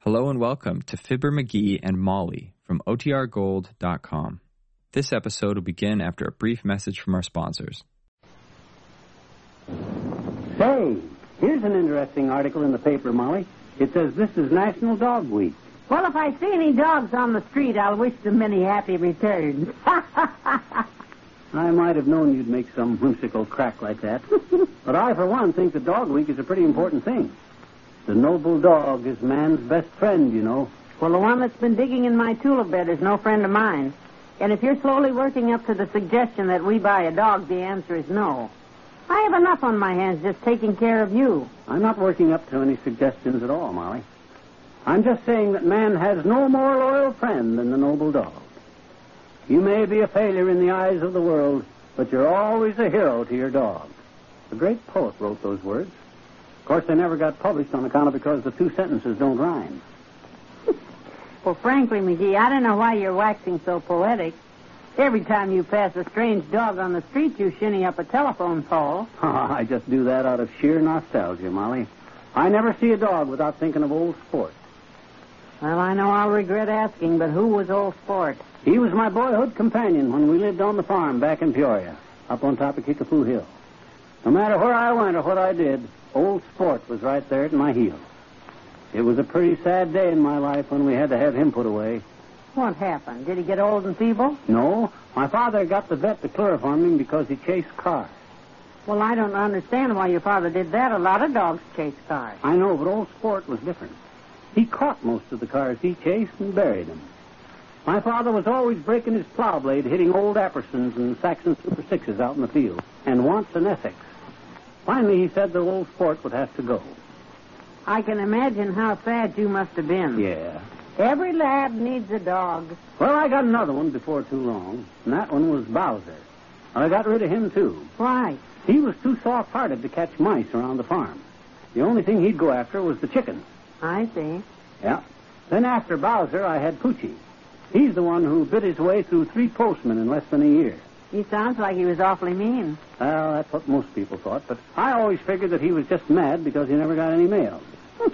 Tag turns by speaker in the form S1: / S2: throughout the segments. S1: Hello and welcome to Fibber McGee and Molly from OTRGold.com. This episode will begin after a brief message from our sponsors.
S2: Say, here's an interesting article in the paper, Molly. It says this is National Dog Week.
S3: Well, if I see any dogs on the street, I'll wish them many happy returns.
S2: I might have known you'd make some whimsical crack like that. but I, for one, think the Dog Week is a pretty important thing. The noble dog is man's best friend, you know.
S3: well, the one that's been digging in my tulip bed is no friend of mine. And if you're slowly working up to the suggestion that we buy a dog, the answer is no. I have enough on my hands just taking care of you.
S2: I'm not working up to any suggestions at all, Molly. I'm just saying that man has no more loyal friend than the noble dog. You may be a failure in the eyes of the world, but you're always a hero to your dog. The great poet wrote those words. Of course, they never got published on account of because the two sentences don't rhyme.
S3: Well, frankly, McGee, I don't know why you're waxing so poetic. Every time you pass a strange dog on the street, you shinny up a telephone pole.
S2: I just do that out of sheer nostalgia, Molly. I never see a dog without thinking of old sport.
S3: Well, I know I'll regret asking, but who was old sport?
S2: He was my boyhood companion when we lived on the farm back in Peoria, up on top of Kickapoo Hill. No matter where I went or what I did, old sport was right there at my heels. It was a pretty sad day in my life when we had to have him put away.
S3: What happened? Did he get old and feeble?
S2: No, my father got the vet to chloroform him because he chased cars.
S3: Well, I don't understand why your father did that. A lot of dogs chase cars.
S2: I know, but old sport was different. He caught most of the cars he chased and buried them. My father was always breaking his plow blade, hitting old Appersons and Saxon Super Sixes out in the field, and once an Essex. Finally, he said the old sport would have to go.
S3: I can imagine how sad you must have been.
S2: Yeah.
S3: Every lad needs a dog.
S2: Well, I got another one before too long, and that one was Bowser. And I got rid of him, too.
S3: Why?
S2: He was too soft hearted to catch mice around the farm. The only thing he'd go after was the chickens.
S3: I see.
S2: Yeah. Then after Bowser, I had Poochie. He's the one who bit his way through three postmen in less than a year.
S3: He sounds like he was awfully mean.
S2: Well, that's what most people thought, but I always figured that he was just mad because he never got any mail.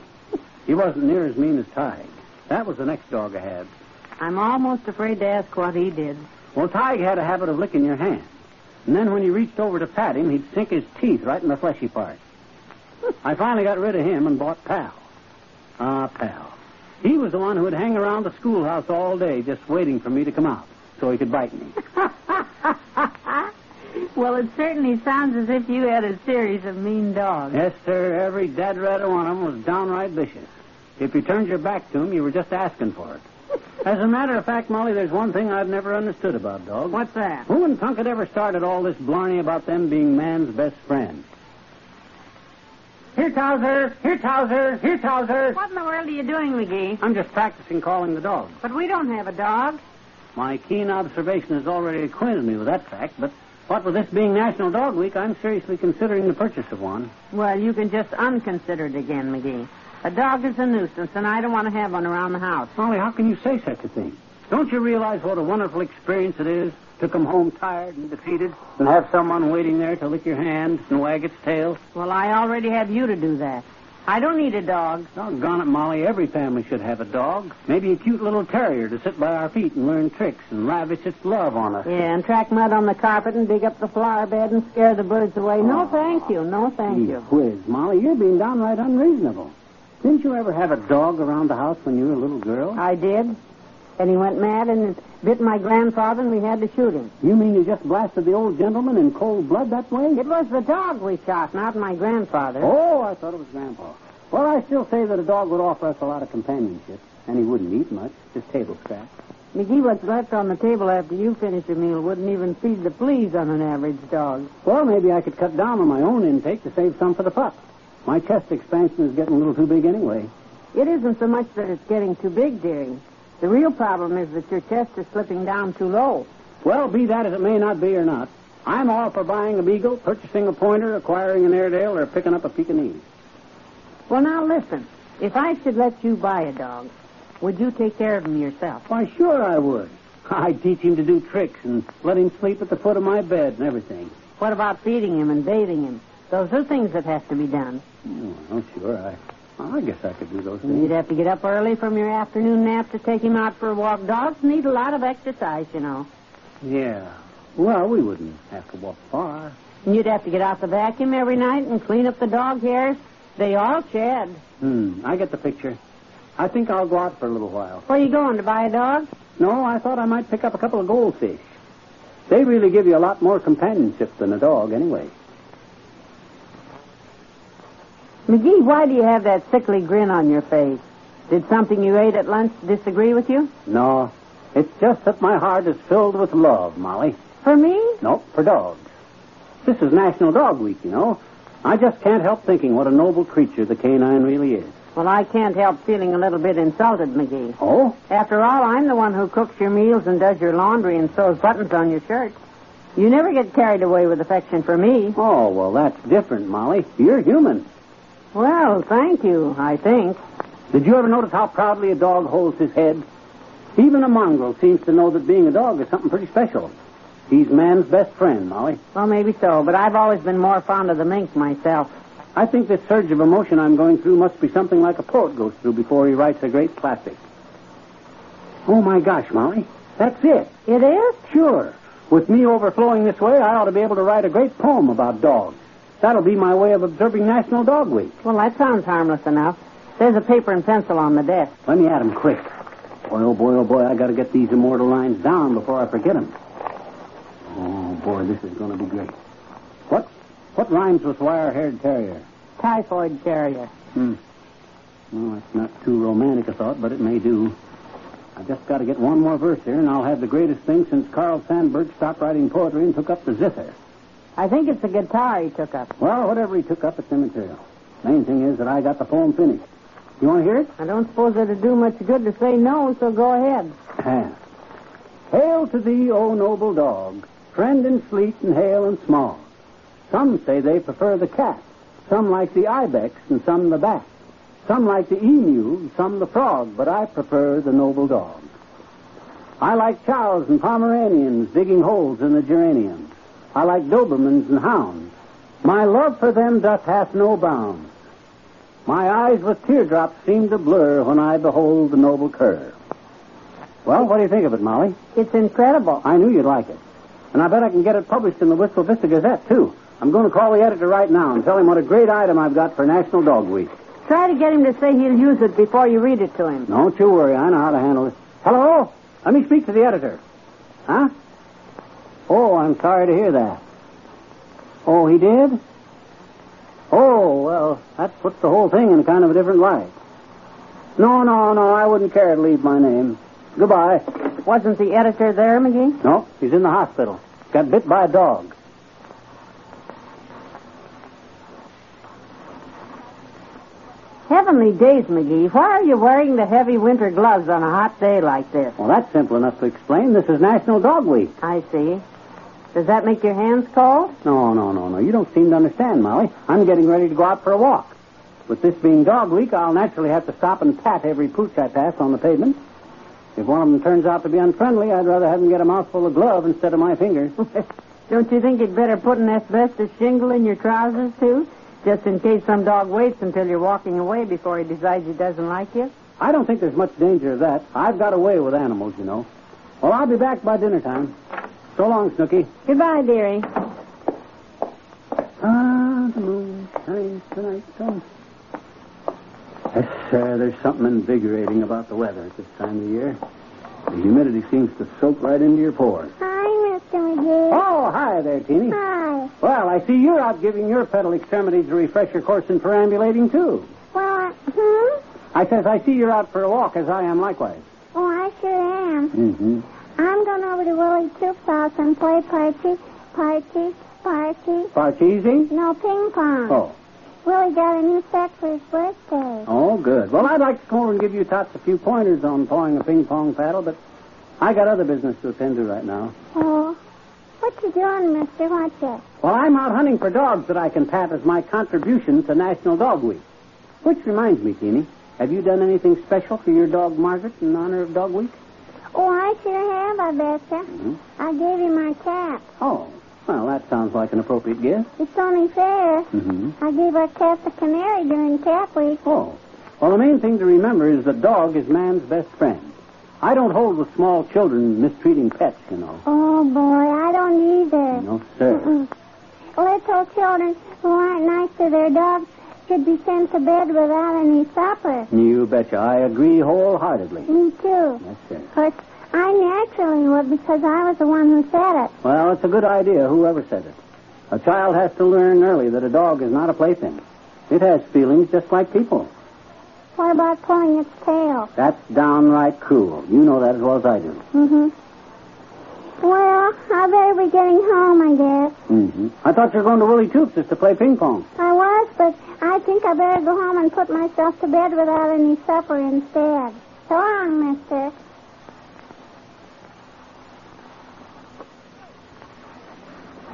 S2: he wasn't near as mean as Tige. That was the next dog I had.
S3: I'm almost afraid to ask what he did.
S2: Well, Tige had a habit of licking your hand. And then when you reached over to pat him, he'd sink his teeth right in the fleshy part. I finally got rid of him and bought Pal. Ah, Pal. He was the one who would hang around the schoolhouse all day just waiting for me to come out so he could bite me.
S3: well, it certainly sounds as if you had a series of mean dogs.
S2: yes, sir, every dead rat one of 'em was downright vicious. If you turned your back to 'em, you were just asking for it. As a matter of fact, Molly, there's one thing I've never understood about dogs.
S3: What's that?
S2: Who in punk had ever started all this blarney about them being man's best friend? Here, Towser! Here, Towser! Here, Towser!
S3: What in the world are you doing, McGee?
S2: I'm just practicing calling the dog.
S3: But we don't have a dog.
S2: My keen observation has already acquainted me with that fact, but what with this being National Dog Week, I'm seriously considering the purchase of one.
S3: Well, you can just unconsider it again, McGee. A dog is a nuisance, and I don't want to have one around the house.
S2: Molly, how can you say such a thing? Don't you realize what a wonderful experience it is to come home tired and defeated and have someone waiting there to lick your hand and wag its tail?
S3: Well, I already have you to do that. I don't need a dog.
S2: Doggone it, Molly. Every family should have a dog. Maybe a cute little terrier to sit by our feet and learn tricks and lavish its love on us.
S3: Yeah, and track mud on the carpet and dig up the flower bed and scare the birds away. No, thank you. No, thank
S2: Gee
S3: you.
S2: Whiz, Molly, you're being downright unreasonable. Didn't you ever have a dog around the house when you were a little girl?
S3: I did. And he went mad and bit my grandfather, and we had to shoot him.
S2: You mean you just blasted the old gentleman in cold blood that way?
S3: It was the dog we shot, not my grandfather.
S2: Oh, I thought it was Grandpa. Well, I still say that a dog would offer us a lot of companionship, and he wouldn't eat much, just table scraps.
S3: McGee, what's left on the table after you finish your meal wouldn't even feed the fleas on an average dog.
S2: Well, maybe I could cut down on my own intake to save some for the pup. My chest expansion is getting a little too big anyway.
S3: It isn't so much that it's getting too big, dearie. The real problem is that your chest is slipping down too low.
S2: Well, be that as it may not be or not, I'm all for buying a beagle, purchasing a pointer, acquiring an Airedale, or picking up a Pekingese.
S3: Well, now listen. If I should let you buy a dog, would you take care of him yourself?
S2: Why, sure I would. I'd teach him to do tricks and let him sleep at the foot of my bed and everything.
S3: What about feeding him and bathing him? Those are things that have to be done.
S2: Oh, well, sure, I, Well, I guess I could do those.
S3: You'd have to get up early from your afternoon nap to take him out for a walk. Dogs need a lot of exercise, you know.
S2: Yeah. Well, we wouldn't have to walk far.
S3: And you'd have to get out the vacuum every night and clean up the dog hairs. They all shed.
S2: Hmm, I get the picture. I think I'll go out for a little while.
S3: Where you going to buy a dog?
S2: No, I thought I might pick up a couple of goldfish. They really give you a lot more companionship than a dog, anyway.
S3: McGee, why do you have that sickly grin on your face? Did something you ate at lunch disagree with you?
S2: No, it's just that my heart is filled with love, Molly.
S3: For me?
S2: Nope, for dogs. This is National Dog Week, you know. I just can't help thinking what a noble creature the canine really is.
S3: Well, I can't help feeling a little bit insulted, McGee.
S2: Oh?
S3: After all, I'm the one who cooks your meals and does your laundry and sews buttons on your shirt. You never get carried away with affection for me.
S2: Oh, well, that's different, Molly. You're human.
S3: Well, thank you, I think.
S2: Did you ever notice how proudly a dog holds his head? Even a mongrel seems to know that being a dog is something pretty special. He's man's best friend, Molly.
S3: Well, maybe so, but I've always been more fond of the mink myself.
S2: I think this surge of emotion I'm going through must be something like a poet goes through before he writes a great classic. Oh, my gosh, Molly. That's it.
S3: It is?
S2: Sure. With me overflowing this way, I ought to be able to write a great poem about dogs. That'll be my way of observing National Dog Week.
S3: Well, that sounds harmless enough. There's a paper and pencil on the desk.
S2: Let me at 'em quick. Boy, oh boy, oh boy, I gotta get these immortal lines down before I forget 'em. Oh boy, this is gonna be great. What? What rhymes with wire-haired terrier?
S3: Typhoid terrier.
S2: Hmm. Well, that's not too romantic a thought, but it may do. I've just got to get one more verse here, and I'll have the greatest thing since Carl Sandburg stopped writing poetry and took up the zither.
S3: I think it's a guitar he took up.
S2: Well, whatever he took up, it's immaterial. Main thing is that I got the poem finished. You want to hear it?
S3: I don't suppose it'd do much good to say no, so go ahead.
S2: hail to thee, O noble dog, friend in sleet and hail and smog. Some say they prefer the cat, some like the ibex, and some the bat. Some like the emu, some the frog, but I prefer the noble dog. I like chows and pomeranians digging holes in the geranium. I like Dobermans and hounds. My love for them doth hath no bounds. My eyes with teardrops seem to blur when I behold the noble cur. Well, what do you think of it, Molly?
S3: It's incredible.
S2: I knew you'd like it. And I bet I can get it published in the Whistle Vista Gazette, too. I'm going to call the editor right now and tell him what a great item I've got for National Dog Week.
S3: Try to get him to say he'll use it before you read it to him.
S2: Don't you worry. I know how to handle it. Hello? Let me speak to the editor. Huh? Oh, I'm sorry to hear that. Oh, he did? Oh, well, that puts the whole thing in kind of a different light. No, no, no, I wouldn't care to leave my name. Goodbye.
S3: Wasn't the editor there, McGee?
S2: No, he's in the hospital. Got bit by a dog.
S3: Heavenly days, McGee. Why are you wearing the heavy winter gloves on a hot day like this?
S2: Well, that's simple enough to explain. This is National Dog Week.
S3: I see. Does that make your hands cold?
S2: No, no, no, no. You don't seem to understand, Molly. I'm getting ready to go out for a walk. With this being Dog Week, I'll naturally have to stop and pat every pooch I pass on the pavement. If one of them turns out to be unfriendly, I'd rather have him get a mouthful of glove instead of my fingers.
S3: Don't you think you'd better put an asbestos shingle in your trousers, too? Just in case some dog waits until you're walking away before he decides he doesn't like you?
S2: I don't think there's much danger of that. I've got away with animals, you know. Well, I'll be back by dinner time. So long, Snooky.
S3: Goodbye, dearie.
S2: Ah, the moon shines tonight. Oh. Yes, uh, there's something invigorating about the weather at this time of year. The humidity seems to soak right into your pores.
S4: Hi, Mr. McGee.
S2: Oh, hi there, Teeny.
S4: Hi.
S2: Well, I see you're out giving your pedal extremities a refresher course in perambulating, too.
S4: Well, I, hmm?
S2: I says, I see you're out for a walk, as I am likewise.
S4: Oh, I sure am.
S2: Mm-hmm.
S4: I'm going over to Willie Troop's house and play party, party, party.
S2: Parcheesi?
S4: No ping pong.
S2: Oh.
S4: Willie got a new set for his birthday.
S2: Oh, good. Well, I'd like to come over and give you tots a few pointers on pawing a ping-pong paddle, but I got other business to attend to right now.
S4: Oh. What you doing, Mr. Watcher?
S2: Well, I'm out hunting for dogs that I can pat as my contribution to National Dog Week. Which reminds me, Teeny, have you done anything special for your dog Margaret in honor of Dog Week?
S4: Oh, I sure have, I betcha.
S2: Mhm.
S4: I gave him my cat.
S2: Oh, well, that sounds like an appropriate gift.
S4: It's only fair.
S2: Mm-hmm.
S4: I gave our cat the canary during cat week.
S2: Oh, Well, the main thing to remember is the dog is man's best friend. I don't hold with small children mistreating pets, you know.
S4: Oh, boy, I don't either.
S2: No, sir.
S4: Mm-mm. Mm-hmm. Little children who aren't nice to their dogs should be sent to bed without any supper.
S2: You betcha. I agree wholeheartedly.
S4: Me too.
S2: Yes, sir.
S4: Of course, I naturally would because I was the one who said it.
S2: Well, it's a good idea, whoever said it. A child has to learn early that a dog is not a plaything. It has feelings just like people.
S4: What about pulling its tail?
S2: That's downright cruel. You know that as well as I do.
S4: Mm-hmm. Well, I better be getting home, I guess.
S2: Mm-hmm. I thought you were going to Willie Toops' to play ping pong.
S4: I was, but I think I better go home and put myself to bed without any supper instead. So long, mister.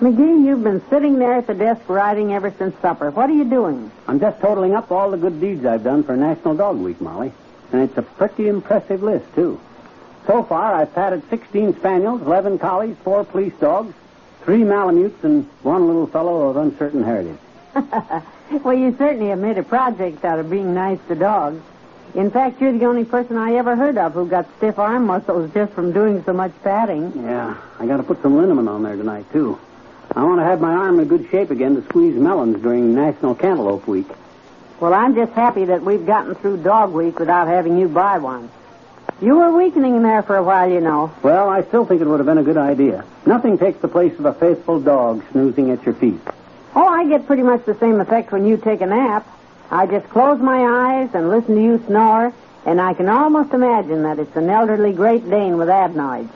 S3: McGee, you've been sitting there at the desk writing ever since supper. What are you doing?
S2: I'm just totaling up all the good deeds I've done for National Dog Week, Molly. And it's a pretty impressive list, too. So far, I've patted 16 spaniels, 11 collies, 4 police dogs, 3 malamutes, and one little fellow of uncertain heritage.
S3: well, you certainly have made a project out of being nice to dogs. In fact, you're the only person I ever heard of who got stiff arm muscles just from doing so much patting.
S2: Yeah, I gotta put some liniment on there tonight, too. I want to have my arm in good shape again to squeeze melons during National Cantaloupe Week.
S3: Well, I'm just happy that we've gotten through dog week without having you buy one. You were weakening there for a while, you know.
S2: Well, I still think it would have been a good idea. Nothing takes the place of a faithful dog snoozing at your feet.
S3: Oh, I get pretty much the same effect when you take a nap. I just close my eyes and listen to you snore, and I can almost imagine that it's an elderly Great Dane with adenoids.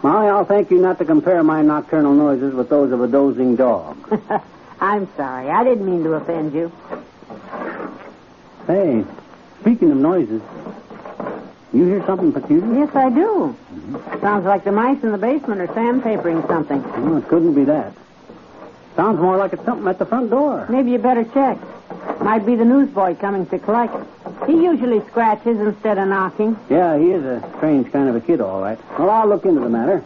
S2: Molly, I'll thank you not to compare my nocturnal noises with those of a dozing dog.
S3: I'm sorry. I didn't mean to offend you.
S2: Hey, speaking of noises, you hear something peculiar?
S3: Yes, I do. Sounds like the mice in the basement are sandpapering something.
S2: Well, it couldn't be that. Sounds more like it's something at the front door.
S3: Maybe you better check. Might be the newsboy coming to collect. He usually scratches instead of knocking.
S2: Yeah, he is a strange kind of a kid, all right. Well, I'll look into the matter.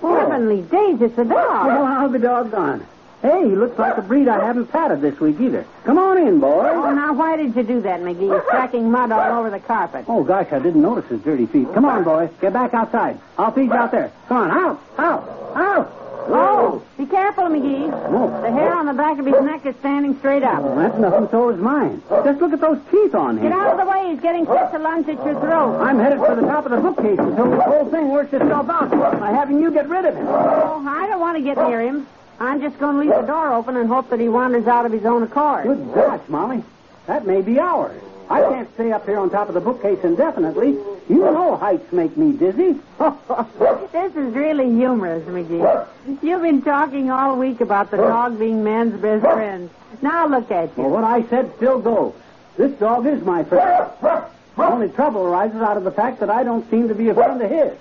S3: Heavenly days, it's a
S2: Well,
S3: dog.
S2: how's the dog gone? Hey, he looks like a breed I haven't patted this week either. Come on in,
S3: Oh,
S2: boy.
S3: now why did you do that, McGee? It's tracking mud all over the carpet.
S2: Oh, gosh, I didn't notice his dirty feet. Come on, boy. Get back outside. I'll feed you out there. Come on, out, out, out.
S3: Oh, be careful, McGee.
S2: Oh.
S3: The hair on the back of his neck is standing straight up.
S2: Well, that's nothing, so is mine. Just look at those teeth on him.
S3: Get out of the way. He's getting set to lunge at your throat.
S2: I'm headed for the top of the bookcase until this whole thing works itself out by having you get rid of him.
S3: Oh, I don't want to get near him. I'm just going to leave the door open and hope that he wanders out of his own accord.
S2: Good gosh, Molly. That may be ours. I can't stay up here on top of the bookcase indefinitely. You know heights make me dizzy.
S3: this is really humorous, McGee. You've been talking all week about the dog being man's best friend. Now look at you.
S2: Well, what I said still goes. This dog is my friend. The only trouble arises out of the fact that I don't seem to be a friend of his.